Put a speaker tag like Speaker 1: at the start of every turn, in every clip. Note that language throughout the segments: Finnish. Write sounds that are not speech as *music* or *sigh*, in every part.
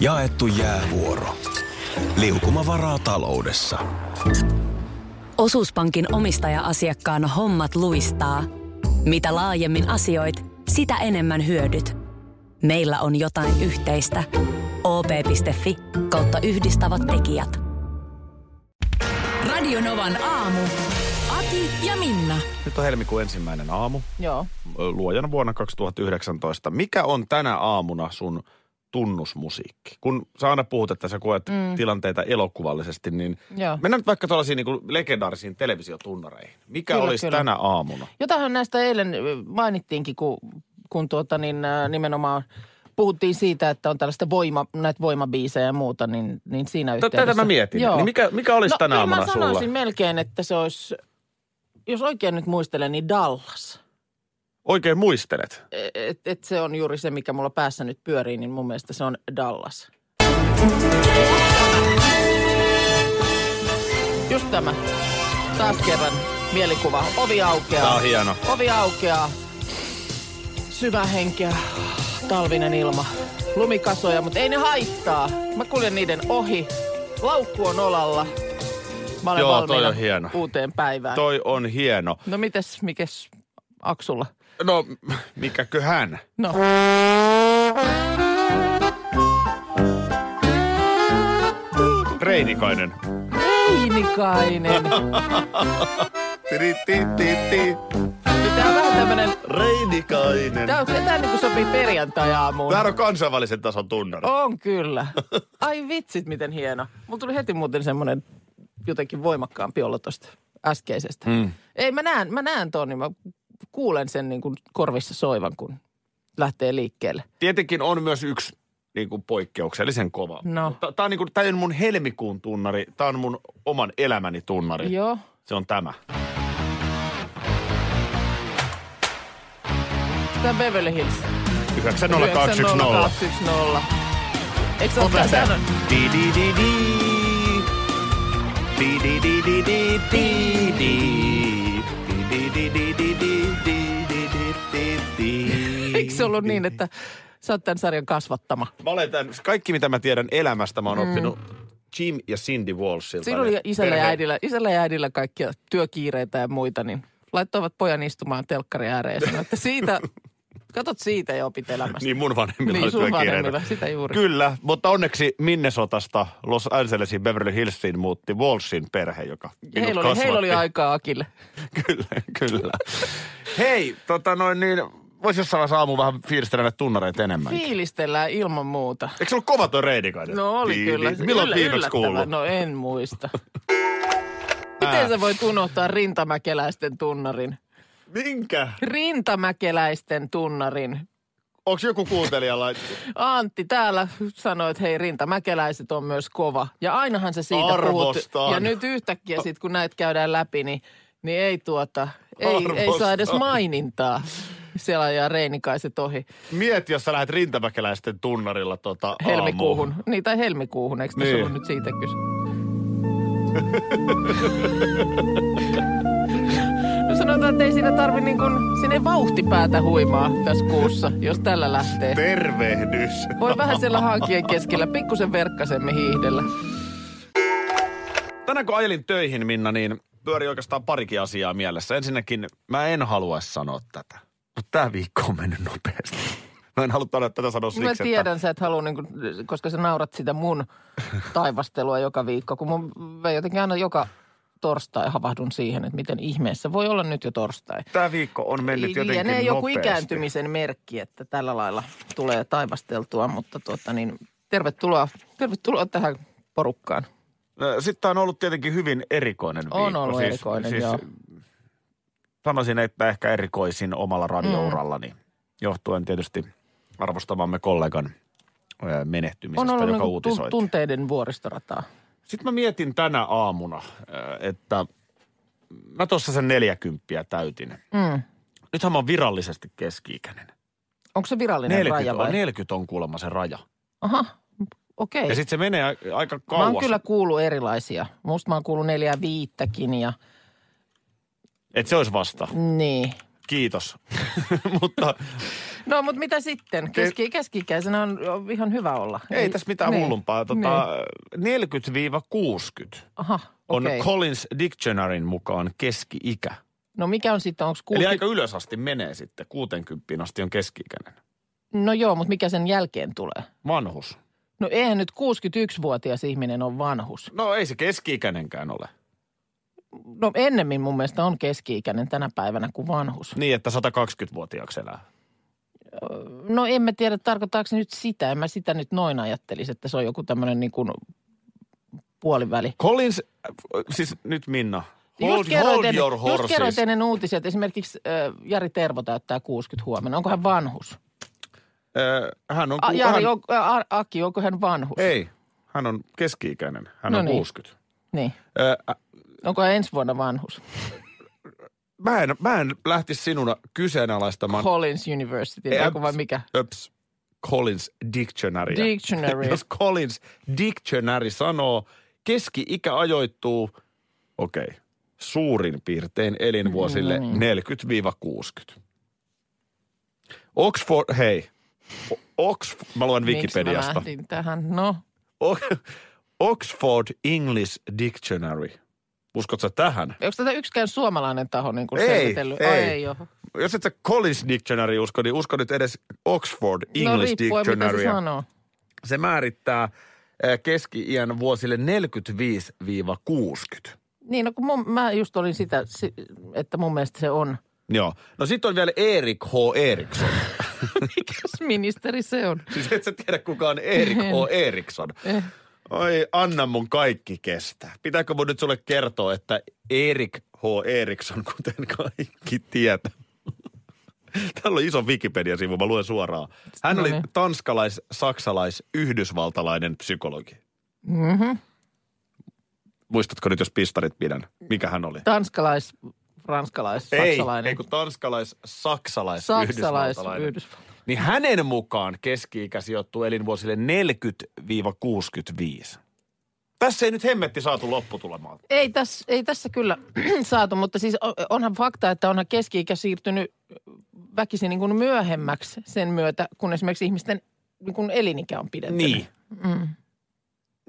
Speaker 1: Jaettu jäävuoro. Liukuma varaa taloudessa.
Speaker 2: Osuuspankin omistaja-asiakkaan hommat luistaa. Mitä laajemmin asioit, sitä enemmän hyödyt. Meillä on jotain yhteistä. op.fi kautta yhdistävät tekijät.
Speaker 3: Radionovan aamu. Ati ja Minna.
Speaker 4: Nyt on helmikuun ensimmäinen aamu,
Speaker 5: Joo.
Speaker 4: ö, luojana vuonna 2019. Mikä on tänä aamuna sun tunnusmusiikki? Kun sä aina puhut, että sä koet mm. tilanteita elokuvallisesti, niin
Speaker 5: Joo.
Speaker 4: mennään nyt vaikka tuollaisiin niin legendaarisiin televisiotunnareihin. Mikä
Speaker 5: Kyllä,
Speaker 4: olisi
Speaker 5: kyllä.
Speaker 4: tänä aamuna?
Speaker 5: Jotahan näistä eilen ö, mainittiinkin, kun, kun tuota niin, ä, nimenomaan puhuttiin siitä, että on tällaista voima, näitä voimabiisejä ja muuta, niin, niin siinä
Speaker 4: Tä-
Speaker 5: yhteydessä.
Speaker 4: Tätä mä mietin. Niin mikä, mikä olisi
Speaker 5: no,
Speaker 4: tänä
Speaker 5: kyllä
Speaker 4: aamuna
Speaker 5: mä
Speaker 4: sulla?
Speaker 5: sanoisin melkein, että se olisi, jos oikein nyt muistelen, niin Dallas. E,
Speaker 4: Oikein muistelet.
Speaker 5: Et, et se on juuri se, mikä mulla päässä nyt pyörii, niin mun mielestä se on Dallas. Just tämä. Taas kerran mielikuva. Ovi aukeaa.
Speaker 4: Tää on hieno.
Speaker 5: Ovi aukeaa. Syvä henkeä. Talvinen ilma. Lumikasoja, mutta ei ne haittaa. Mä kuljen niiden ohi. Laukku on olalla. Mä olen
Speaker 4: Joo, toi
Speaker 5: valmiina
Speaker 4: on hieno.
Speaker 5: uuteen päivään.
Speaker 4: Toi on hieno.
Speaker 5: No mites, mikäs Aksulla?
Speaker 4: No, m- mikäköhän?
Speaker 5: No.
Speaker 4: Reinikainen.
Speaker 5: Reinikainen.
Speaker 4: Tiri, ti, ti, ti.
Speaker 5: Tää on vähän tämmönen,
Speaker 4: Reinikainen.
Speaker 5: tää on tää niinku sopii perjantai-aamuun.
Speaker 4: Tämä on kansainvälisen tason tunnari.
Speaker 5: On kyllä. Ai vitsit, miten hieno. Mulla tuli heti muuten semmoinen jotenkin voimakkaampi olo tosta äskeisestä. Mm. Ei, mä näen, mä näen ton, niin mä kuulen sen niin kuin korvissa soivan, kun lähtee liikkeelle.
Speaker 4: Tietenkin on myös yksi niin kuin poikkeuksellisen kova.
Speaker 5: No.
Speaker 4: Tämä on, niin kuin, tää ei ole mun helmikuun tunnari, tämä on mun oman elämäni tunnari.
Speaker 5: Joo.
Speaker 4: Se on tämä.
Speaker 5: Tää on Beverly Hills.
Speaker 4: 90210.
Speaker 5: 90210. Eikö se ole
Speaker 4: Ota
Speaker 5: tää?
Speaker 4: se.
Speaker 5: tää on-
Speaker 4: Di, di, di, di. Di, di, di, di, di, di, di. Di, di, di, di, di, di, di, di, di, di, di.
Speaker 5: Eikö se ollut niin, että sä oot tämän sarjan kasvattama?
Speaker 4: Mä olen tämän, kaikki mitä mä tiedän elämästä, mä oon mm. oppinut Jim ja Cindy Walshilta.
Speaker 5: Siinä oli isällä ja, äidillä, isällä ja äidillä kaikkia työkiireitä ja muita, niin laittoivat pojan istumaan telkkari ääreen ja sanoivat, että *laughs* siitä, katot siitä ja opit elämästä.
Speaker 4: Niin mun vanhemmilla
Speaker 5: Niin,
Speaker 4: oli
Speaker 5: sun
Speaker 4: työkiireitä.
Speaker 5: vanhemmilla, sitä juuri.
Speaker 4: Kyllä, mutta onneksi Minnesotasta Los Angelesiin Beverly Hillsiin muutti Walshin perhe, joka
Speaker 5: Ja
Speaker 4: minut
Speaker 5: heillä, oli, heillä oli
Speaker 4: kasvatti.
Speaker 5: aikaa Akille.
Speaker 4: *laughs* Kyllä, kyllä. Hei, tota noin niin, voisi jossain vaiheessa aamu vähän fiilistellä näitä tunnareita enemmän.
Speaker 5: Fiilistellään ilman muuta.
Speaker 4: Eikö se ollut kova toi Reidikainen?
Speaker 5: No oli kyllä.
Speaker 4: Milloin
Speaker 5: Yllä-
Speaker 4: viimeksi
Speaker 5: yllättävä.
Speaker 4: kuullut?
Speaker 5: No en *laughs* muista. Miten sä voit unohtaa rintamäkeläisten tunnarin?
Speaker 4: Minkä?
Speaker 5: Rintamäkeläisten tunnarin.
Speaker 4: Onko joku kuuntelija laittanut?
Speaker 5: Antti täällä sanoi, että hei rintamäkeläiset on myös kova. Ja ainahan se siitä
Speaker 4: Arvostan.
Speaker 5: puhut. Ja nyt yhtäkkiä sit kun näitä käydään läpi, niin, niin ei tuota, ei, ei saa
Speaker 4: Arvostan.
Speaker 5: edes mainintaa. Siellä ajaa reinikaiset ohi
Speaker 4: Mieti, jos sä lähdet rintamäkeläisten tunnarilla tota
Speaker 5: helmikuuhun.
Speaker 4: aamuun.
Speaker 5: Niin tai helmikuuhun, eikö tässä
Speaker 4: Niin.
Speaker 5: ollut nyt siitä kyse? No sanotaan, että ei siinä tarvi niin kuin, sinne ei vauhti päätä huimaa tässä kuussa, jos tällä lähtee.
Speaker 4: Tervehdys.
Speaker 5: Voi vähän siellä hankien keskellä, pikkusen verkkasemme hiihdellä.
Speaker 4: Tänään kun ajelin töihin, Minna, niin pyöri oikeastaan parikin asiaa mielessä. Ensinnäkin mä en halua sanoa tätä, mutta tämä viikko on mennyt nopeasti. Mä en halua tätä- tätä sanoa siksi,
Speaker 5: Mä
Speaker 4: että...
Speaker 5: tiedän, sä et halua, niin kuin, koska sä naurat sitä mun taivastelua joka viikko, kun mun, mä jotenkin aina joka torstai havahdun siihen, että miten ihmeessä voi olla nyt jo torstai.
Speaker 4: Tämä viikko on mennyt jotenkin
Speaker 5: Lienee joku
Speaker 4: nopeasti.
Speaker 5: ikääntymisen merkki, että tällä lailla tulee taivasteltua, mutta tuota niin, tervetuloa, tervetuloa tähän porukkaan.
Speaker 4: Sitten tämä on ollut tietenkin hyvin erikoinen
Speaker 5: On
Speaker 4: viikko. Siis-
Speaker 5: ollut erikoinen, joo.
Speaker 4: Sanoisin, että ehkä erikoisin omalla
Speaker 5: Mm.
Speaker 4: radiourallani, johtuen tietysti arvostamamme kollegan ö, menehtymisestä,
Speaker 5: On ollut
Speaker 4: joka
Speaker 5: niinku tun-
Speaker 4: uutisoitiin.
Speaker 5: tunteiden vuoristorataa.
Speaker 4: Sitten mä mietin tänä aamuna, ö, että mä tuossa sen neljäkymppiä täytin.
Speaker 5: Mm.
Speaker 4: Nythän mä oon virallisesti keski-ikäinen.
Speaker 5: Onko se virallinen
Speaker 4: 40
Speaker 5: raja vai?
Speaker 4: on, 40 on kuulemma se raja.
Speaker 5: Aha, okei.
Speaker 4: Ja sitten se menee a- aika
Speaker 5: Mä
Speaker 4: kauas.
Speaker 5: oon kyllä kuullut erilaisia. Musta mä oon kuullut neljää viittäkin ja
Speaker 4: Et se olisi vasta.
Speaker 5: niin.
Speaker 4: Kiitos. *laughs* Mutta
Speaker 5: No, mutta mitä sitten? Keski, keski-ikäisenä on, on ihan hyvä olla.
Speaker 4: Ei tässä mitään
Speaker 5: niin.
Speaker 4: hullumpaa. Tota, 40-60
Speaker 5: Aha,
Speaker 4: on
Speaker 5: okei.
Speaker 4: Collins Dictionaryn mukaan keski-ikä.
Speaker 5: No mikä on sitten, onko
Speaker 4: Eli
Speaker 5: 60?
Speaker 4: aika ylös asti menee sitten. 60 asti on keski-ikäinen.
Speaker 5: No joo, mutta mikä sen jälkeen tulee?
Speaker 4: Vanhus.
Speaker 5: No eihän nyt 61-vuotias ihminen on vanhus.
Speaker 4: No ei se keski-ikäinenkään ole.
Speaker 5: No ennemmin mun mielestä on keski-ikäinen tänä päivänä kuin vanhus.
Speaker 4: Niin, että 120-vuotiaaksi elää.
Speaker 5: No en mä tiedä, tarkoittaako se nyt sitä. En mä sitä nyt noin ajattelisi, että se on joku tämmöinen niin kuin puoliväli.
Speaker 4: Collins, äh, siis nyt Minna, hold,
Speaker 5: just kerroit
Speaker 4: hold
Speaker 5: ennen-
Speaker 4: your
Speaker 5: just kerroit
Speaker 4: horses.
Speaker 5: ennen uutisia, että esimerkiksi äh, Jari Tervo täyttää 60 huomenna. Onko hän vanhus?
Speaker 4: Ö, Äh, Hän on,
Speaker 5: A,
Speaker 4: ku-
Speaker 5: Jari,
Speaker 4: hän,
Speaker 5: on, ä, Aki, onko hän vanhus?
Speaker 4: ei, hän on keski-ikäinen, hän
Speaker 5: No
Speaker 4: on Äh,
Speaker 5: niin.
Speaker 4: 60.
Speaker 5: Niin.
Speaker 4: Ö, ä,
Speaker 5: Onko hän ensi vuonna vanhus?
Speaker 4: Mä en, mä en lähtisi sinuna kyseenalaistamaan
Speaker 5: Collins University,
Speaker 4: Ei,
Speaker 5: onko vai mikä?
Speaker 4: Öps, Collins Dictionary.
Speaker 5: Dictionary.
Speaker 4: *laughs* Jos Collins Dictionary sanoo, keski-ikä ajoittuu, okei, okay, suurin piirtein elinvuosille
Speaker 5: Mm.
Speaker 4: 40-60. Oxford, hei, O- Oxf, mä luen
Speaker 5: Miksi mä
Speaker 4: Wikipediasta.
Speaker 5: lähdin tähän? No,
Speaker 4: O- Oxford English Dictionary. Uskotko sä tähän?
Speaker 5: onko tätä yksikään suomalainen taho niin kuin
Speaker 4: Ei,
Speaker 5: selvitellyt? Ai, No
Speaker 4: ei.
Speaker 5: ei ole.
Speaker 4: Jos et sä Collins Dictionary usko, niin usko nyt edes Oxford
Speaker 5: No
Speaker 4: English
Speaker 5: riippuen, mitä se
Speaker 4: Dictionarya.
Speaker 5: sanoo.
Speaker 4: se määrittää eh, keski-iän vuosille 45-60.
Speaker 5: Niin, no kun mun, mä just olin sitä, si- että mun mielestä se on.
Speaker 4: Joo. No sitten on vielä Erik H. Eriksson.
Speaker 5: Mikäs ministeri se on?
Speaker 4: siis et sä tiedä kuka on Erik H. Eriksson. Oi, anna mun kaikki kestää. Pitääkö mun nyt sulle kertoa, että Erik H. Eriksson, kuten kaikki tietää. Täällä on iso Wikipedia-sivu, mä luen suoraan. Hän oli
Speaker 5: No niin.
Speaker 4: tanskalais, saksalais, yhdysvaltalainen psykologi. Mm-hmm. Muistatko nyt, jos pistarit pidän? Mikä hän oli?
Speaker 5: Tanskalais, ranskalais, saksalainen.
Speaker 4: Ei, ei kun tanskalais, saksalais,
Speaker 5: saksalais,
Speaker 4: yhdysvaltalainen.
Speaker 5: Yhdysvaltain.
Speaker 4: Niin hänen mukaan keski-ikä sijoittuu elinvuosille 40-65. Tässä ei nyt hemmetti saatu lopputulemaan.
Speaker 5: Ei, tässä, ei tässä kyllä *clears throat* saatu, mutta siis on- onhan fakta, että onhan keski-ikä siirtynyt väkisin niin kuin myöhemmäksi sen myötä, kun esimerkiksi ihmisten niin kuin elinikä on pidetty.
Speaker 4: Niin.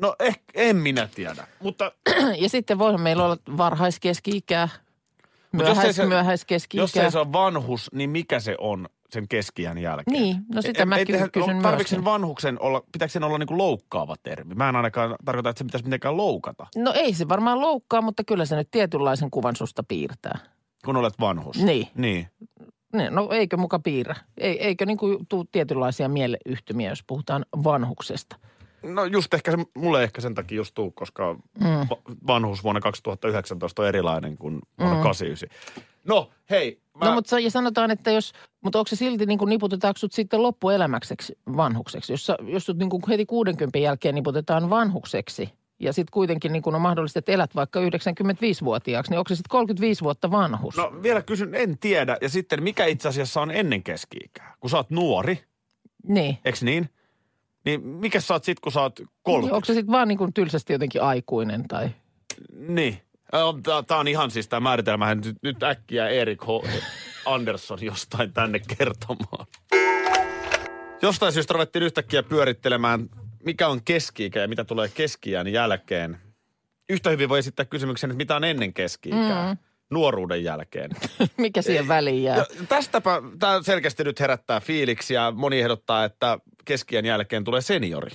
Speaker 4: No ehkä, en minä tiedä, mutta
Speaker 5: *clears throat* Ja sitten voihan meillä olla varhaiskeski-ikää,
Speaker 4: Mut jos ei
Speaker 5: myöhäis,
Speaker 4: se-
Speaker 5: myöhäiskeski-ikää.
Speaker 4: jos ei se ole vanhus, niin mikä se on sen keskiään jälkeen?
Speaker 5: Niin, no sitä
Speaker 4: En-
Speaker 5: mä
Speaker 4: ei
Speaker 5: ky-
Speaker 4: tehdä-
Speaker 5: kysyn
Speaker 4: Tarvitsen
Speaker 5: myöskin.
Speaker 4: vanhuksen olla, pitääkö sen olla niinku loukkaava termi? Mä en ainakaan tarkoita, että se pitäisi mitenkään loukata,
Speaker 5: No ei se varmaan loukkaa, mutta kyllä se nyt tietynlaisen kuvan susta piirtää.
Speaker 4: kun olet vanhus.
Speaker 5: Niin.
Speaker 4: Niin.
Speaker 5: Niin, No eikö muka piirrä? Ei, eikö niin kuin tuu tietynlaisia mieleyhtymiä, jos puhutaan vanhuksesta?
Speaker 4: No just ehkä se, mulle ehkä sen takia just tuu, koska mm. vanhuus vuonna 2019 on erilainen kuin vuonna mm. 89. No hei, mä,
Speaker 5: Mä... No mutta ja sanotaan, että jos, mutta onko se silti niin kuin niputetaanko sut sitten loppuelämäkseksi vanhukseksi? Jos, sä- jos sut niin kuin heti 60 jälkeen niputetaan vanhukseksi ja sitten kuitenkin niin kuin on mahdollista, että elät vaikka 95-vuotiaaksi, niin onko se sitten 35 vuotta vanhus?
Speaker 4: no vielä kysyn, en tiedä. Ja sitten mikä itse asiassa on ennen keski-ikää? Kun sä oot nuori,
Speaker 5: niin.
Speaker 4: eks niin? Niin mikä sä oot sit, kun sä oot
Speaker 5: Niin,
Speaker 4: 30?
Speaker 5: Onko se sitten vaan niin kuin tylsästi jotenkin aikuinen tai? *laughs*
Speaker 4: Niin. Tämä on ihan siis tämä määritelmä. Nyt, nyt äkkiä Erik H. Andersson jostain tänne kertomaan. Jostain syystä ruvettiin yhtäkkiä pyörittelemään, mikä on keski ja mitä tulee keski jälkeen. Yhtä hyvin voi esittää kysymyksen, että mitä on ennen keski mm. nuoruuden jälkeen.
Speaker 5: Mikä siihen väliin jää?
Speaker 4: Ja tästäpä tämä selkeästi nyt herättää fiiliksiä. Moni ehdottaa, että keskiän jälkeen tulee seniori.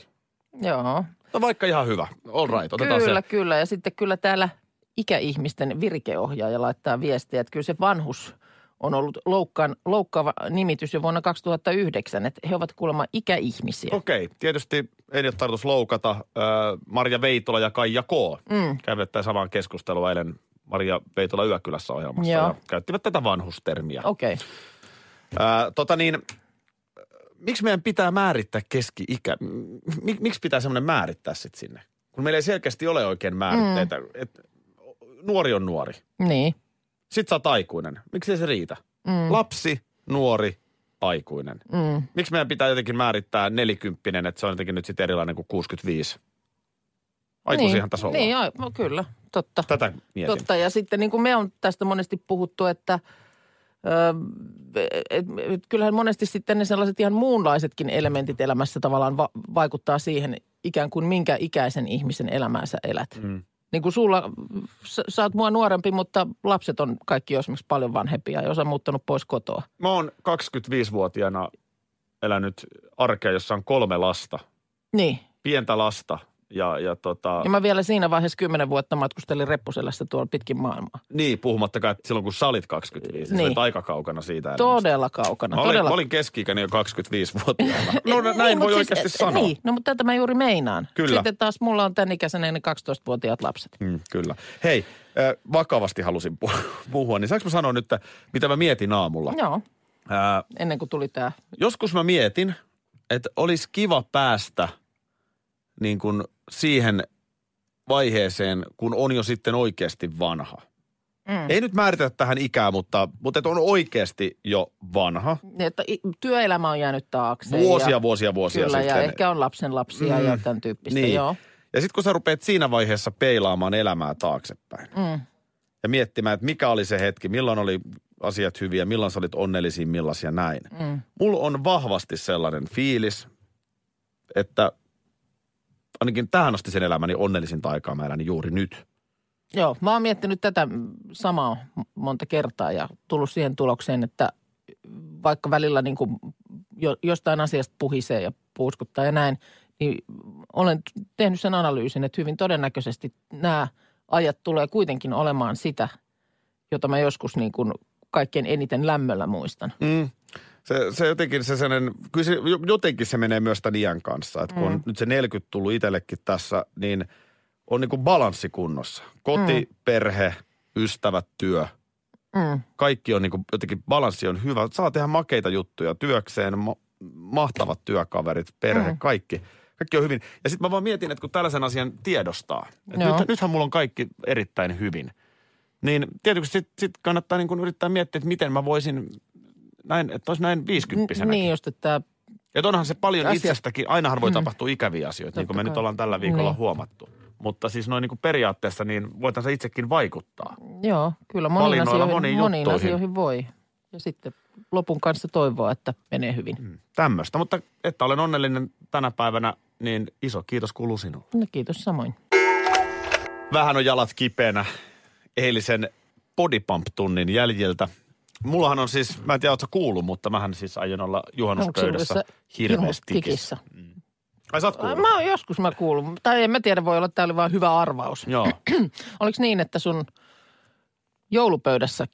Speaker 5: Joo.
Speaker 4: No vaikka ihan hyvä. All right, otetaan
Speaker 5: kyllä,
Speaker 4: se.
Speaker 5: kyllä. Ja sitten kyllä täällä ikäihmisten virkeohjaaja laittaa viestiä, että kyllä se vanhus on ollut loukkaan, loukkaava nimitys jo vuonna 2009, että he ovat kuulemma ikäihmisiä.
Speaker 4: Okei, tietysti ei ole tarkoitus loukata. Ö, Marja Veitola ja Kaija K. Mm. kävivät tämän saman keskustelua eilen Maria Veitola Yökylässä ohjelmassa
Speaker 5: Joo.
Speaker 4: ja käyttivät tätä vanhustermiä.
Speaker 5: Okei. Okay.
Speaker 4: Ö, tota niin, miksi meidän pitää määrittää keski-ikä? Mik, miksi pitää semmoinen määrittää sitten sinne? Kun meillä ei selkeästi ole oikein määritteitä. Mm. Et, nuori on nuori.
Speaker 5: Niin.
Speaker 4: Sitten sä oot aikuinen. Miksi se riitä? Mm. Lapsi, nuori, aikuinen.
Speaker 5: Mm.
Speaker 4: Miksi meidän pitää jotenkin määrittää nelikymppinen, että se on jotenkin nyt sitten erilainen kuin 65? Aikuisihan
Speaker 5: niin.
Speaker 4: tässä ollaan.
Speaker 5: Niin, joo, no, kyllä. Totta.
Speaker 4: Tätä mietin.
Speaker 5: Totta. Ja sitten niin kuin me on tästä monesti puhuttu, että Öö, et, et, kyllähän monesti sitten ne sellaiset ihan muunlaisetkin elementit elämässä tavallaan va- vaikuttaa siihen ikään kuin minkä ikäisen ihmisen elämää sä elät. Mm. Niin kuin sulla, sä, sä oot mua nuorempi, mutta lapset on kaikki jo esimerkiksi paljon vanhempia ja osa muuttanut pois kotoa.
Speaker 4: Mä oon 25-vuotiaana elänyt arkea, jossa on kolme lasta.
Speaker 5: Niin.
Speaker 4: Pientä lasta. Ja, ja tota,
Speaker 5: Ja mä vielä siinä vaiheessa kymmenen vuotta matkustelin reppuselässä tuolla pitkin maailmaa.
Speaker 4: niin, puhumattakaan että silloin kun sä olit 25. Niin.
Speaker 5: Niin.
Speaker 4: Sä olit aika kaukana siitä. elämästä.
Speaker 5: Todella kaukana.
Speaker 4: Mä olin,
Speaker 5: todella...
Speaker 4: mä olin keski-ikäinen jo 25-vuotiaana. No
Speaker 5: *laughs* Niin,
Speaker 4: niin, näin
Speaker 5: mut
Speaker 4: voi
Speaker 5: siis,
Speaker 4: siis, oikeasti
Speaker 5: et-
Speaker 4: sanoa.
Speaker 5: Niin, no mutta tätä mä juuri meinaan.
Speaker 4: Kyllä.
Speaker 5: Sitten taas mulla on tämän ikäisenä ne 12-vuotiaat lapset.
Speaker 4: Mm, kyllä. Hei, äh, vakavasti halusin pu- *laughs* puhua, niin saanko mä sanoa nyt, että mitä mä mietin aamulla?
Speaker 5: Joo,
Speaker 4: Äh,
Speaker 5: ennen kuin tuli tämä.
Speaker 4: joskus mä mietin, että olisi kiva päästä niin kuin siihen vaiheeseen, kun on jo sitten oikeasti vanha. Mm. Ei nyt määritä tähän ikää, mutta, mutta et on oikeasti jo vanha.
Speaker 5: niin, Että i- työelämä on jäänyt taakse.
Speaker 4: Vuosia,
Speaker 5: ja,
Speaker 4: vuosia, vuosia
Speaker 5: Kyllä,
Speaker 4: sitten.
Speaker 5: ja ehkä on lapsen lapsia mm. ja tämän tyyppistä,
Speaker 4: Niin.
Speaker 5: joo.
Speaker 4: Ja sitten kun sä rupeat siinä vaiheessa peilaamaan elämää taaksepäin
Speaker 5: Mm.
Speaker 4: ja miettimään, että mikä oli se hetki, milloin oli asiat hyviä, milloin sä olit onnellisin, millaisia näin.
Speaker 5: Mm.
Speaker 4: Mulla on vahvasti sellainen fiilis, että ainakin tähän asti sen elämäni onnellisinta aikaa mä elän juuri nyt.
Speaker 5: Joo, mä oon miettinyt tätä samaa monta kertaa ja tullut siihen tulokseen, että vaikka välillä niin kuin jo, jostain asiasta puhisee ja puuskuttaa ja näin, niin olen t- tehnyt sen analyysin, että hyvin todennäköisesti nämä ajat tulee kuitenkin olemaan sitä, jota mä joskus niin kuin kaikkein eniten lämmöllä muistan.
Speaker 4: Mm. Se, se jotenkin se sellainen, kyllä se, jo- jotenkin se menee myös tämän iän kanssa. Että kun mm. on nyt se 40 tullut itsellekin tässä, niin on niin kuin balanssi kunnossa. Koti, mm. perhe, ystävät, työ.
Speaker 5: Mm.
Speaker 4: Kaikki on niin kuin, jotenkin, balanssi on hyvä. Saa tehdä makeita juttuja työkseen, ma- mahtavat työkaverit, perhe, mm. kaikki. Kaikki on hyvin. Ja sitten mä vaan mietin, että kun tällaisen asian tiedostaa, että
Speaker 5: Joo.
Speaker 4: nyt, nythän mulla on kaikki erittäin hyvin. Niin tietysti sit, sit kannattaa niin kuin yrittää miettiä, että miten mä voisin näin, että olisi näin
Speaker 5: N-
Speaker 4: viisikymppisenä.
Speaker 5: niin just, että
Speaker 4: Että onhan se paljon
Speaker 5: Asia-
Speaker 4: Asia. itsestäkin, ainahan voi tapahtua ikäviä asioita, niin kuin me
Speaker 5: Totta
Speaker 4: nyt
Speaker 5: kai.
Speaker 4: ollaan tällä viikolla
Speaker 5: Niin.
Speaker 4: huomattu. Mutta siis noin niin kuin periaatteessa, niin voitan se itsekin vaikuttaa.
Speaker 5: joo, kyllä moniin
Speaker 4: Valinnoilla
Speaker 5: asioihin,
Speaker 4: moniin
Speaker 5: moniin
Speaker 4: juttuihin.
Speaker 5: asioihin voi. Ja sitten lopun kanssa toivoa, että menee hyvin. Mm.
Speaker 4: Tämmöistä, mutta että olen onnellinen tänä päivänä, niin iso kiitos kuuluu sinulle.
Speaker 5: No kiitos samoin.
Speaker 4: Vähän on jalat kipeänä eilisen bodypump-tunnin jäljiltä. Mullahan on siis, mä en tiedä, ootko kuullut, mutta mähän siis aion olla juhannuspöydässä hirveästi.
Speaker 5: kikissä.
Speaker 4: Ai sä oot
Speaker 5: Ai,
Speaker 4: kuullut?
Speaker 5: Mä oon joskus mä kuullut, tai en mä tiedä, voi olla, että tämä oli vaan hyvä arvaus.
Speaker 4: Joo.
Speaker 5: Oliko niin, että sun joulupöydässä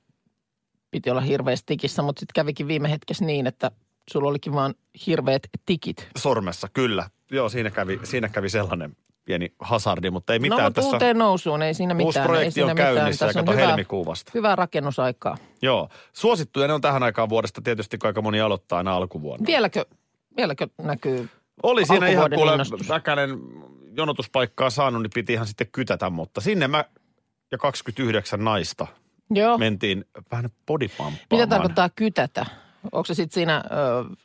Speaker 5: piti olla hirveässä tikissä, mutta sitten kävikin viime hetkessä niin, että sulla olikin vaan hirveät tikit.
Speaker 4: sormessa, kyllä. Joo, siinä kävi, siinä kävi sellainen pieni hasardi, mutta ei mitään
Speaker 5: no, mutta
Speaker 4: tässä.
Speaker 5: uuteen nousuun, ei siinä mitään.
Speaker 4: Uusi
Speaker 5: ei
Speaker 4: projekti
Speaker 5: siinä
Speaker 4: on käynnissä ja
Speaker 5: mitään.
Speaker 4: kato
Speaker 5: Tässä on hyvä,
Speaker 4: helmikuun vasta.
Speaker 5: hyvää rakennusaikaa.
Speaker 4: Joo, suosittuja ne on tähän aikaan vuodesta tietysti, kun aika moni aloittaa aina alkuvuonna.
Speaker 5: Vieläkö, vieläkö näkyy?
Speaker 4: Oli siinä ihan
Speaker 5: alkuvuoden
Speaker 4: kuule
Speaker 5: innostus.
Speaker 4: väkänen jonotuspaikkaa saanut, niin piti ihan sitten kytätä, mutta sinne mä ja 29 naista
Speaker 5: Joo.
Speaker 4: mentiin vähän bodipamppaamaan.
Speaker 5: Mitä Oh. tarkoittaa kytätä? Onko se sitten siinä ö,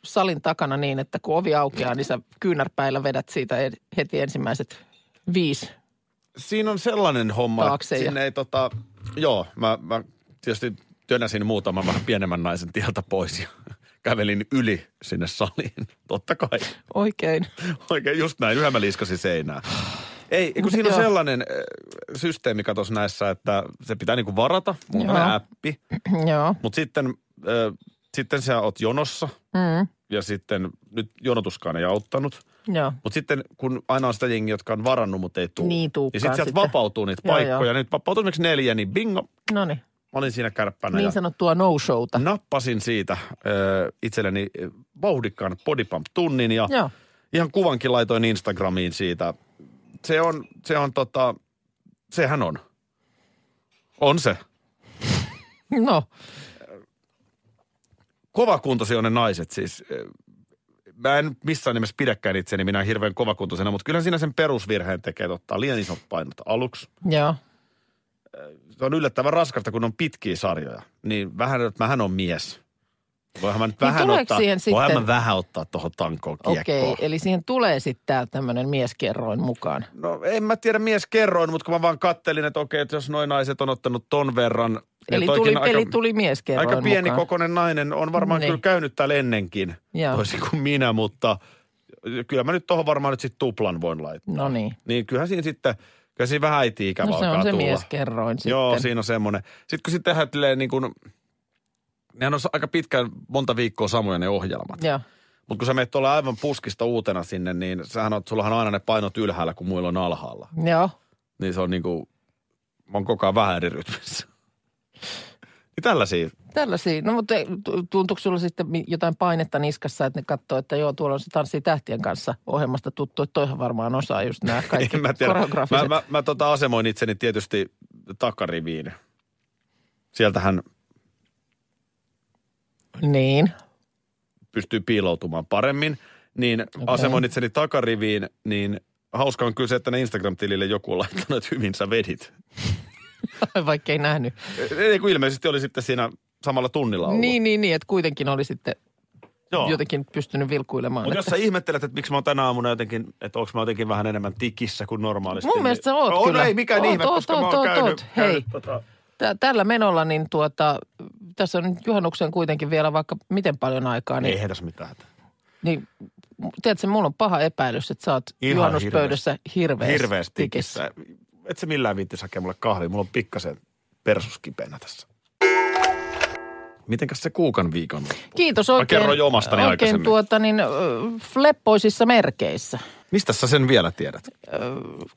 Speaker 5: salin takana niin, että kun ovi aukeaa, niin sä kyynärpäillä vedät siitä ed- heti ensimmäiset viisi?
Speaker 4: Siinä on sellainen homma,
Speaker 5: Taakse
Speaker 4: että
Speaker 5: ja-
Speaker 4: sinne ei tota, joo, mä, mä tietysti työnäsin muutaman vähän pienemmän naisen tieltä pois ja *laughs* kävelin yli sinne saliin. *laughs* Totta kai,
Speaker 5: Oikein.
Speaker 4: oikein just näin, yhä mä liiskasin seinää. Ei, kun siinä on
Speaker 5: Joo.
Speaker 4: sellainen äh, systeemi, katos näissä, että se pitää niinku varata, mulla on
Speaker 5: Joo.
Speaker 4: appi,
Speaker 5: *clears throat* Joo.
Speaker 4: mutta sitten, äh, sitten sä oot jonossa
Speaker 5: Mm.
Speaker 4: ja sitten nyt jonotuskaan ei auttanut.
Speaker 5: Joo.
Speaker 4: Mutta sitten kun aina on sitä jengiä, jotka on varannut, mutta ei tule.
Speaker 5: Niin
Speaker 4: Niin
Speaker 5: tuukaan
Speaker 4: sitten sieltä
Speaker 5: sitten.
Speaker 4: vapautuu niitä
Speaker 5: Joo,
Speaker 4: paikkoja.
Speaker 5: joo.
Speaker 4: Nyt vapautuu esimerkiksi neljä, niin bingo, mä
Speaker 5: No niin.
Speaker 4: olin siinä kärppänä ja
Speaker 5: Niin sanottua no-showta.
Speaker 4: No. nappasin siitä ö, itselleni ö, vauhdikkaan bodypump-tunnin ja
Speaker 5: Joo.
Speaker 4: ihan kuvankin laitoin Instagramiin siitä. Se on, se on tota, sehän on. On se.
Speaker 5: No.
Speaker 4: Kovakuntoisia on ne naiset siis. Ö, Mä en missään nimessä pidäkään itseni minä hirveän kovakuntoisena, mutta kyllä siinä sen perusvirheen tekee, että ottaa liian isot painot aluksi.
Speaker 5: Joo.
Speaker 4: se on yllättävän raskasta, kun on pitkiä sarjoja. Niin vähän, että mähän on mies. Voihan mä nyt
Speaker 5: Niin
Speaker 4: vähän
Speaker 5: tuleeko
Speaker 4: ottaa,
Speaker 5: siihen
Speaker 4: voihan
Speaker 5: sitten-
Speaker 4: mä vähän ottaa tuohon tankoon
Speaker 5: Okei.
Speaker 4: kiekkoon.
Speaker 5: Okay. Eli siihen tulee sitten tää tämmönen mieskerroin mukaan.
Speaker 4: No en mä tiedä, mies kerroin, mutta kun mä vaan kattelin, että okei, että jos noin naiset on ottanut ton verran Ja
Speaker 5: Eli
Speaker 4: toikin
Speaker 5: tuli,
Speaker 4: aika-
Speaker 5: aika, eli tuli mies kerroin
Speaker 4: Aika pieni
Speaker 5: mukaan.
Speaker 4: kokoinen nainen. On varmaan
Speaker 5: Niin.
Speaker 4: kyllä käynyt täällä ennenkin,
Speaker 5: Joo.
Speaker 4: toisin kuin minä, mutta kyllä mä nyt tuohon varmaan nyt sitten tuplan voin laittaa.
Speaker 5: No niin.
Speaker 4: Niin kyllähän siinä sitten, kyllä siinä vähän äiti ikävä
Speaker 5: No se
Speaker 4: alkaa
Speaker 5: on se
Speaker 4: tulla.
Speaker 5: mies kerroin sitten.
Speaker 4: Joo, siinä on semmoinen. Sitten kun sitten tehdään silleen niin kuin, nehän on aika pitkään, monta viikkoa samoja ne ohjelmat.
Speaker 5: Joo.
Speaker 4: Mutta kun sä menet tuolla aivan puskista uutena sinne, niin sähän on, sullahan on aina ne painot ylhäällä, kun muilla on alhaalla.
Speaker 5: Joo.
Speaker 4: Niin se on niin kuin, mä oon koko ajan vähän eri rytmissä. niin tällaisia.
Speaker 5: Tällaisia. No mutta ei- tu- tuntuuko sulla sitten mi- jotain painetta niskassa, että ne katsoo, että joo, tuolla on se Tanssii tähtien kanssa ohjelmasta tuttu, että toihan varmaan osaa just
Speaker 4: *laughs*
Speaker 5: nämä kaikki
Speaker 4: en mä tiedä.
Speaker 5: koreografiset.
Speaker 4: Mä, mä, mä tota asemoin itseni tietysti takariviin. Sieltähän
Speaker 5: Niin. *laughs*
Speaker 4: pystyy piiloutumaan paremmin. Niin okay. asemoin itseni takariviin, niin hauska on kyllä se, että ne Instagram-tilille joku on laittanut, että hyvin sä vedit. E,
Speaker 5: Vaikka ei nähnyt.
Speaker 4: Ei kun ilmeisesti oli sitten siinä samalla tunnilla ollut.
Speaker 5: Niin, niin, niin, että kuitenkin oli sitten
Speaker 4: Joo.
Speaker 5: jotenkin pystynyt vilkuilemaan.
Speaker 4: Mutta jos
Speaker 5: että-
Speaker 4: sä ihmettelet, että miksi mä oon tänä aamuna jotenkin, että onko mä jotenkin vähän enemmän tikissä kuin normaalisti.
Speaker 5: Mun mielestä sä oot
Speaker 4: on,
Speaker 5: kyllä.
Speaker 4: ei mikään
Speaker 5: Oot,
Speaker 4: ihme,
Speaker 5: oot,
Speaker 4: koska
Speaker 5: oot,
Speaker 4: mä oon
Speaker 5: oot,
Speaker 4: käynyt,
Speaker 5: oot. Hei.
Speaker 4: käynyt tota,
Speaker 5: Tä- Tällä menolla niin tuota, tässä on nyt juhannukseen kuitenkin vielä vaikka miten paljon aikaa, niin,
Speaker 4: eihän tässä mitään.
Speaker 5: niin m- tiedätkö, mulla on paha epäilys, että sä oot
Speaker 4: Ihan
Speaker 5: juhannuspöydässä hirveästi,
Speaker 4: Hirveästi tikissä. Et sä millään viittis hakea mulle kahvia, mulla on pikkasen persuskipenä tässä. Mitenkäs se kuukan viikon?
Speaker 5: Kiitos
Speaker 4: Mä
Speaker 5: oikein.
Speaker 4: kerroin jo omastani
Speaker 5: oikein
Speaker 4: aikaisemmin.
Speaker 5: tuota, niin, ö, leppoisissa merkeissä,
Speaker 4: Mistä sä sen vielä tiedät?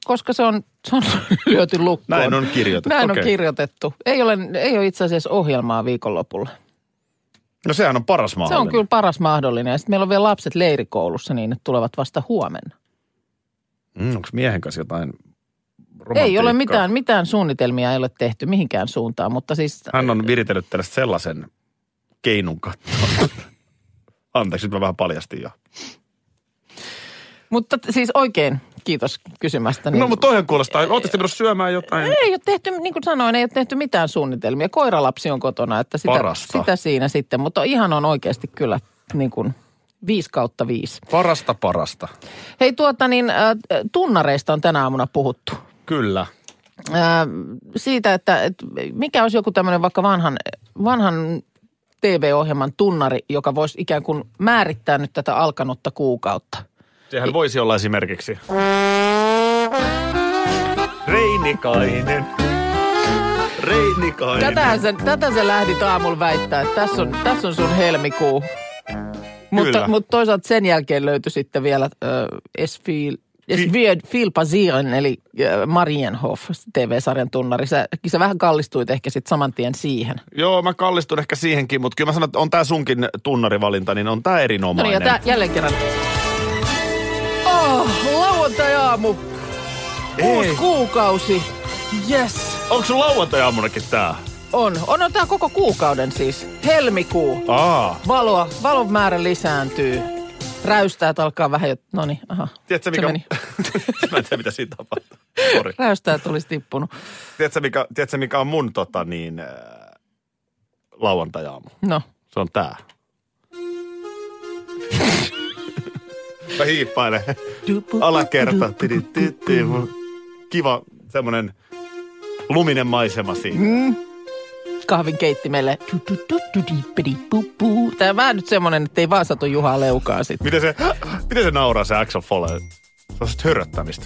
Speaker 5: koska se on, se on *laughs* lyöty lukkoon.
Speaker 4: Näin on kirjoitettu.
Speaker 5: Näin
Speaker 4: Okei.
Speaker 5: on kirjoitettu. Ei ole, ei ole itse asiassa ohjelmaa viikonlopulla.
Speaker 4: No sehän on paras
Speaker 5: Se on
Speaker 4: mahdollinen.
Speaker 5: kyllä paras mahdollinen. Ja sitten meillä on vielä lapset leirikoulussa niin, että tulevat vasta huomenna.
Speaker 4: Mm, onko miehen kanssa jotain
Speaker 5: Ei ole
Speaker 4: romantiikkaa?
Speaker 5: mitään, mitään suunnitelmia ei ole tehty mihinkään suuntaan, mutta siis
Speaker 4: Hän on viritellyt tälle sellaisen keinun kattoon. *laughs* Anteeksi, nyt mä vähän paljastin jo.
Speaker 5: Mutta t- siis oikein kiitos kysymästä. niin
Speaker 4: No, mutta toihan kuulostaa. Oletteko te mennyt syömään jotain?
Speaker 5: Ei ole tehty, niin kuin sanoin, ei ole tehty mitään suunnitelmia. Koiralapsi on kotona, että sitä,
Speaker 4: Parasta.
Speaker 5: sitä siinä sitten. Mutta ihan on oikeasti kyllä niin kuin viisi kautta viisi.
Speaker 4: Parasta parasta.
Speaker 5: Hei tuota niin, äh, tunnareista on tänä aamuna puhuttu.
Speaker 4: Kyllä.
Speaker 5: Äh, siitä, että, että mikä olisi joku tämmöinen vaikka vanhan, vanhan TV-ohjelman tunnari, joka voisi ikään kuin määrittää nyt tätä alkanutta kuukautta.
Speaker 4: Sehän voisi olla esimerkiksi. Reinikainen. Reinikainen.
Speaker 5: Tätähän sä, tätä sä lähdit aamulla väittää, että tässä on, tässä on sun helmikuu. Mutta, mutta toisaalta sen jälkeen löytyi sitten vielä äh, Es Fil- Es
Speaker 4: Fi-
Speaker 5: Vied Filpasiren, eli äh, Marienhof, TV-sarjan tunnari. Sä, sä vähän kallistuit ehkä sitten saman tien siihen.
Speaker 4: Joo, mä kallistun ehkä siihenkin, mutta kyllä mä sanon, että on tää sunkin tunnarivalinta, niin on tää
Speaker 5: No niin, ja
Speaker 4: erinomainen.
Speaker 5: tää, jälleen kerran. Oh, lauantai-aamu, uusi
Speaker 4: Ei.
Speaker 5: kuukausi. Yes,
Speaker 4: Onko sun lauantai-aamunakin tää?
Speaker 5: on. On, on tää koko kuukauden siis. Helmikuu.
Speaker 4: Aa.
Speaker 5: Valoa, valon määrä lisääntyy. Räystäät alkaa vähän jo, no niin, aha.
Speaker 4: Tiedätkö mikä...
Speaker 5: Se meni.
Speaker 4: *laughs* mä en tiedä, mitä siinä tapahtuu. Sori.
Speaker 5: Räystäät olisi tippunut.
Speaker 4: Tiedätkö mikä, tiedätkö, mikä on mun tota niin, äh, lauantajaamu?
Speaker 5: No,
Speaker 4: Se on tää. *laughs* Mä hiippailen. Alakerta. Tidi, tidi, tidi. Kiva semmonen luminen maisema siinä.
Speaker 5: kahvin keitti meille. Tämä on vähän nyt semmonen, että ei vaan satu Juhaa leukaa sit.
Speaker 4: Miten se, miten se nauraa se Axel Foley? Se on sit höröttämistä.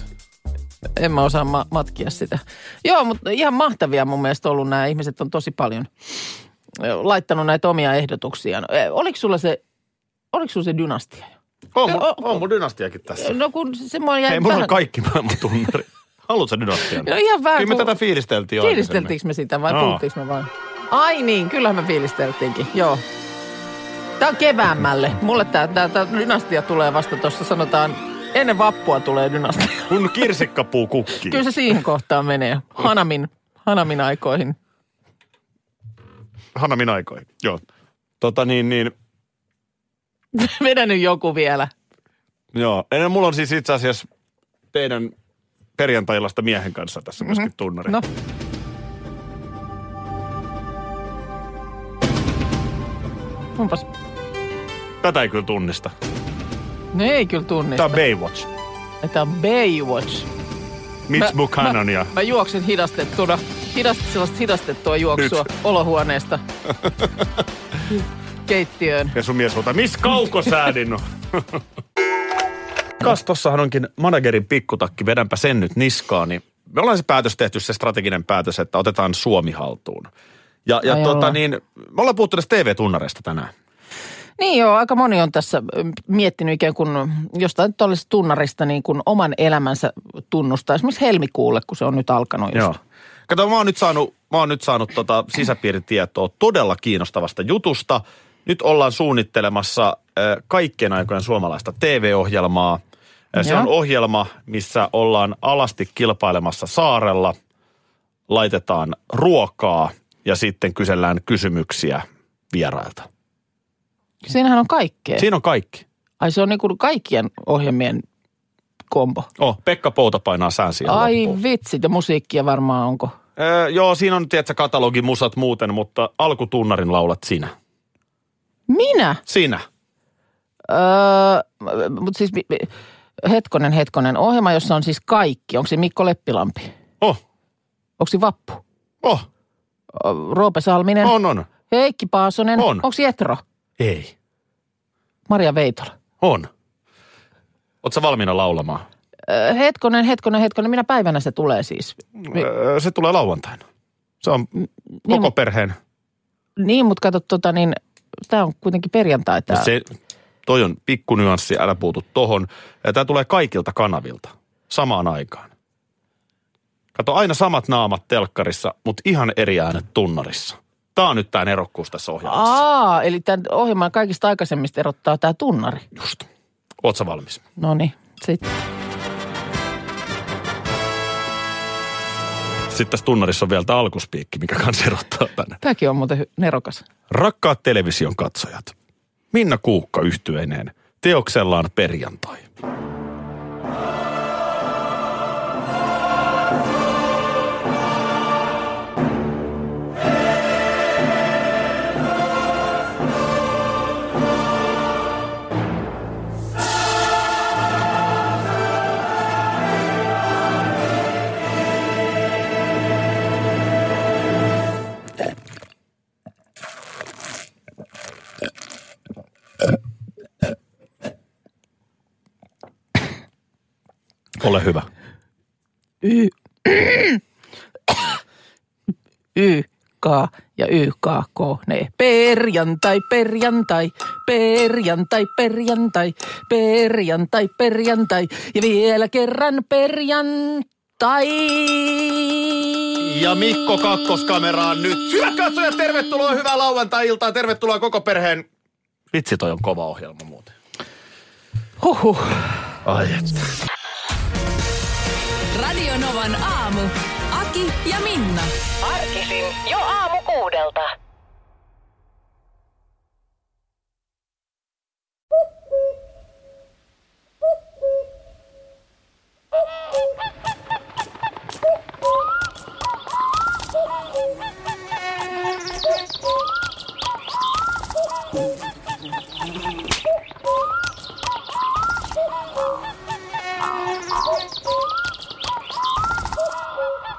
Speaker 5: En mä osaa ma- matkia sitä. Joo, mutta ihan mahtavia mun mielestä ollut nämä ihmiset on tosi paljon ö, laittanut näitä omia ehdotuksiaan. Ö, Oliko sulla se, oliko sulla se dynastia?
Speaker 4: On, mun,
Speaker 5: Ö, o-
Speaker 4: on mun dynastiakin tässä.
Speaker 5: No kun se mua jäi
Speaker 4: Hei, mulla on
Speaker 5: vähän-
Speaker 4: kaikki maailman tunnari. Haluatko sä dynastian?
Speaker 5: No ihan vähän,
Speaker 4: Kyllä me
Speaker 5: kun-
Speaker 4: tätä fiilisteltiin jo aikaisemmin.
Speaker 5: Fiilisteltiinkö me sitä vai
Speaker 4: Joo.
Speaker 5: puhuttiinko me vaan? Ai niin, kyllähän me fiilisteltiinkin, joo. Tää on keväämmälle. Mulle tää, tää, tää dynastia tulee vasta tuossa sanotaan, ennen vappua tulee dynastia.
Speaker 4: Kun kirsikkapuu kukkii.
Speaker 5: Kyllä se siihen kohtaan menee. Hanamin, Hanamin aikoihin.
Speaker 4: Hanamin aikoihin. Joo. Tota niin, niin,
Speaker 5: Vedä nyt joku vielä.
Speaker 4: joo. Ennen mulla on siis itse asiassa teidän perjantailasta miehen kanssa tässä myöskin tunnari.
Speaker 5: No, onpas.
Speaker 4: Tätä ei kyllä tunnista.
Speaker 5: No ei kyllä
Speaker 4: Tää
Speaker 5: tunnista.
Speaker 4: on Baywatch.
Speaker 5: Tää on Baywatch.
Speaker 4: Mitch Buchanan ja...
Speaker 5: Mä juoksen hidastettuna. hidast, sellaista hidastettua juoksua olohuoneesta keittiöön.
Speaker 4: Ja sun mies huutaa, missä kaukosäädin on? Kas, tossahan onkin managerin pikkutakki, vedänpä sen nyt niskaan, niin me ollaan se päätös tehty, se strateginen päätös, että otetaan Suomi haltuun. Ja, ja
Speaker 5: Ai
Speaker 4: tota
Speaker 5: ollaan.
Speaker 4: niin, me ollaan puhuttu näistä TV-tunnareista tänään.
Speaker 5: Niin joo, aika moni on tässä mm, miettinyt ikään kuin jostain tuollaisesta tunnarista niin kuin oman elämänsä tunnusta. Esimerkiksi helmikuulle, kun se on nyt alkanut just.
Speaker 4: Joo. Kato, mä oon nyt saanut, mä oon nyt saanut tota sisäpiiritietoa todella kiinnostavasta jutusta. Nyt ollaan suunnittelemassa ö, kaikkien aikojen suomalaista TV-ohjelmaa. Ö, Se
Speaker 5: Joo.
Speaker 4: on ohjelma, missä ollaan alasti kilpailemassa saarella, laitetaan ruokaa ja sitten kysellään kysymyksiä vierailta.
Speaker 5: Siinähän on kaikkea.
Speaker 4: Siinä on kaikki.
Speaker 5: Ai se on niin kuin kaikkien ohjelmien kombo.
Speaker 4: Oh, Pekka Pouta painaa sään siellä
Speaker 5: Ai
Speaker 4: loppuun.
Speaker 5: vitsit, ja musiikkia varmaan onko.
Speaker 4: Ö, joo, siinä on tietysti katalogi, musat muuten, mutta alkutunnarin laulat sinä.
Speaker 5: Minä?
Speaker 4: Sinä.
Speaker 5: Öö, mutta siis mi- mi- hetkonen, hetkonen. Ohjelma, jossa on siis kaikki. Onko se Mikko Leppilampi?
Speaker 4: Oh,
Speaker 5: Onko se Vappu?
Speaker 4: oh,
Speaker 5: Ö, Roope Salminen?
Speaker 4: on, on.
Speaker 5: Heikki Paasonen?
Speaker 4: On.
Speaker 5: Onko Jetro?
Speaker 4: Ei.
Speaker 5: Maria Veitola?
Speaker 4: On. Oletko valmiina laulamaan?
Speaker 5: Öö, hetkonen, hetkonen, hetkonen. Minä päivänä se tulee siis? Mi- Niin
Speaker 4: Öö, Se tulee lauantaina. Se on koko
Speaker 5: mut-
Speaker 4: perheen.
Speaker 5: Niin, mutta kato, tota, niin, tämä on kuitenkin perjantai tämä.
Speaker 4: No Se, toi on pikku nyanssi, älä puutu tohon. Tämä tulee kaikilta kanavilta samaan aikaan. Kato, aina samat naamat telkkarissa, mutta ihan eri äänet tunnarissa. Tämä on nyt tämä erokkuus tässä ohjelmassa.
Speaker 5: Aa, eli tämän ohjelman kaikista aikaisemmista erottaa tämä tunnari.
Speaker 4: Just. Oot sä valmis?
Speaker 5: No niin, sitten.
Speaker 4: Sitten tässä tunnarissa on vielä tämä alkuspiikki, mikä kans erottaa tänne.
Speaker 5: Tämäkin on muuten hy- nerokas.
Speaker 4: Rakkaat television katsojat, Minna Kuukka yhtyeineen teoksellaan perjantai. Ole hyvä.
Speaker 5: YK ja YKK, ne perjantai, perjantai, perjantai, perjantai, perjantai, perjantai ja vielä kerran perjantai.
Speaker 4: Ja Mikko kakkoskameraan nyt. Hyvät katsojat, tervetuloa, hyvää lauantai-iltaa, tervetuloa koko perheen. Vitsi, toi on kova ohjelma muuten.
Speaker 5: Huhhuh.
Speaker 4: Ai että.
Speaker 3: Radio Novan aamu. Aki ja Minna.
Speaker 6: Arkisin jo aamu kuudelta.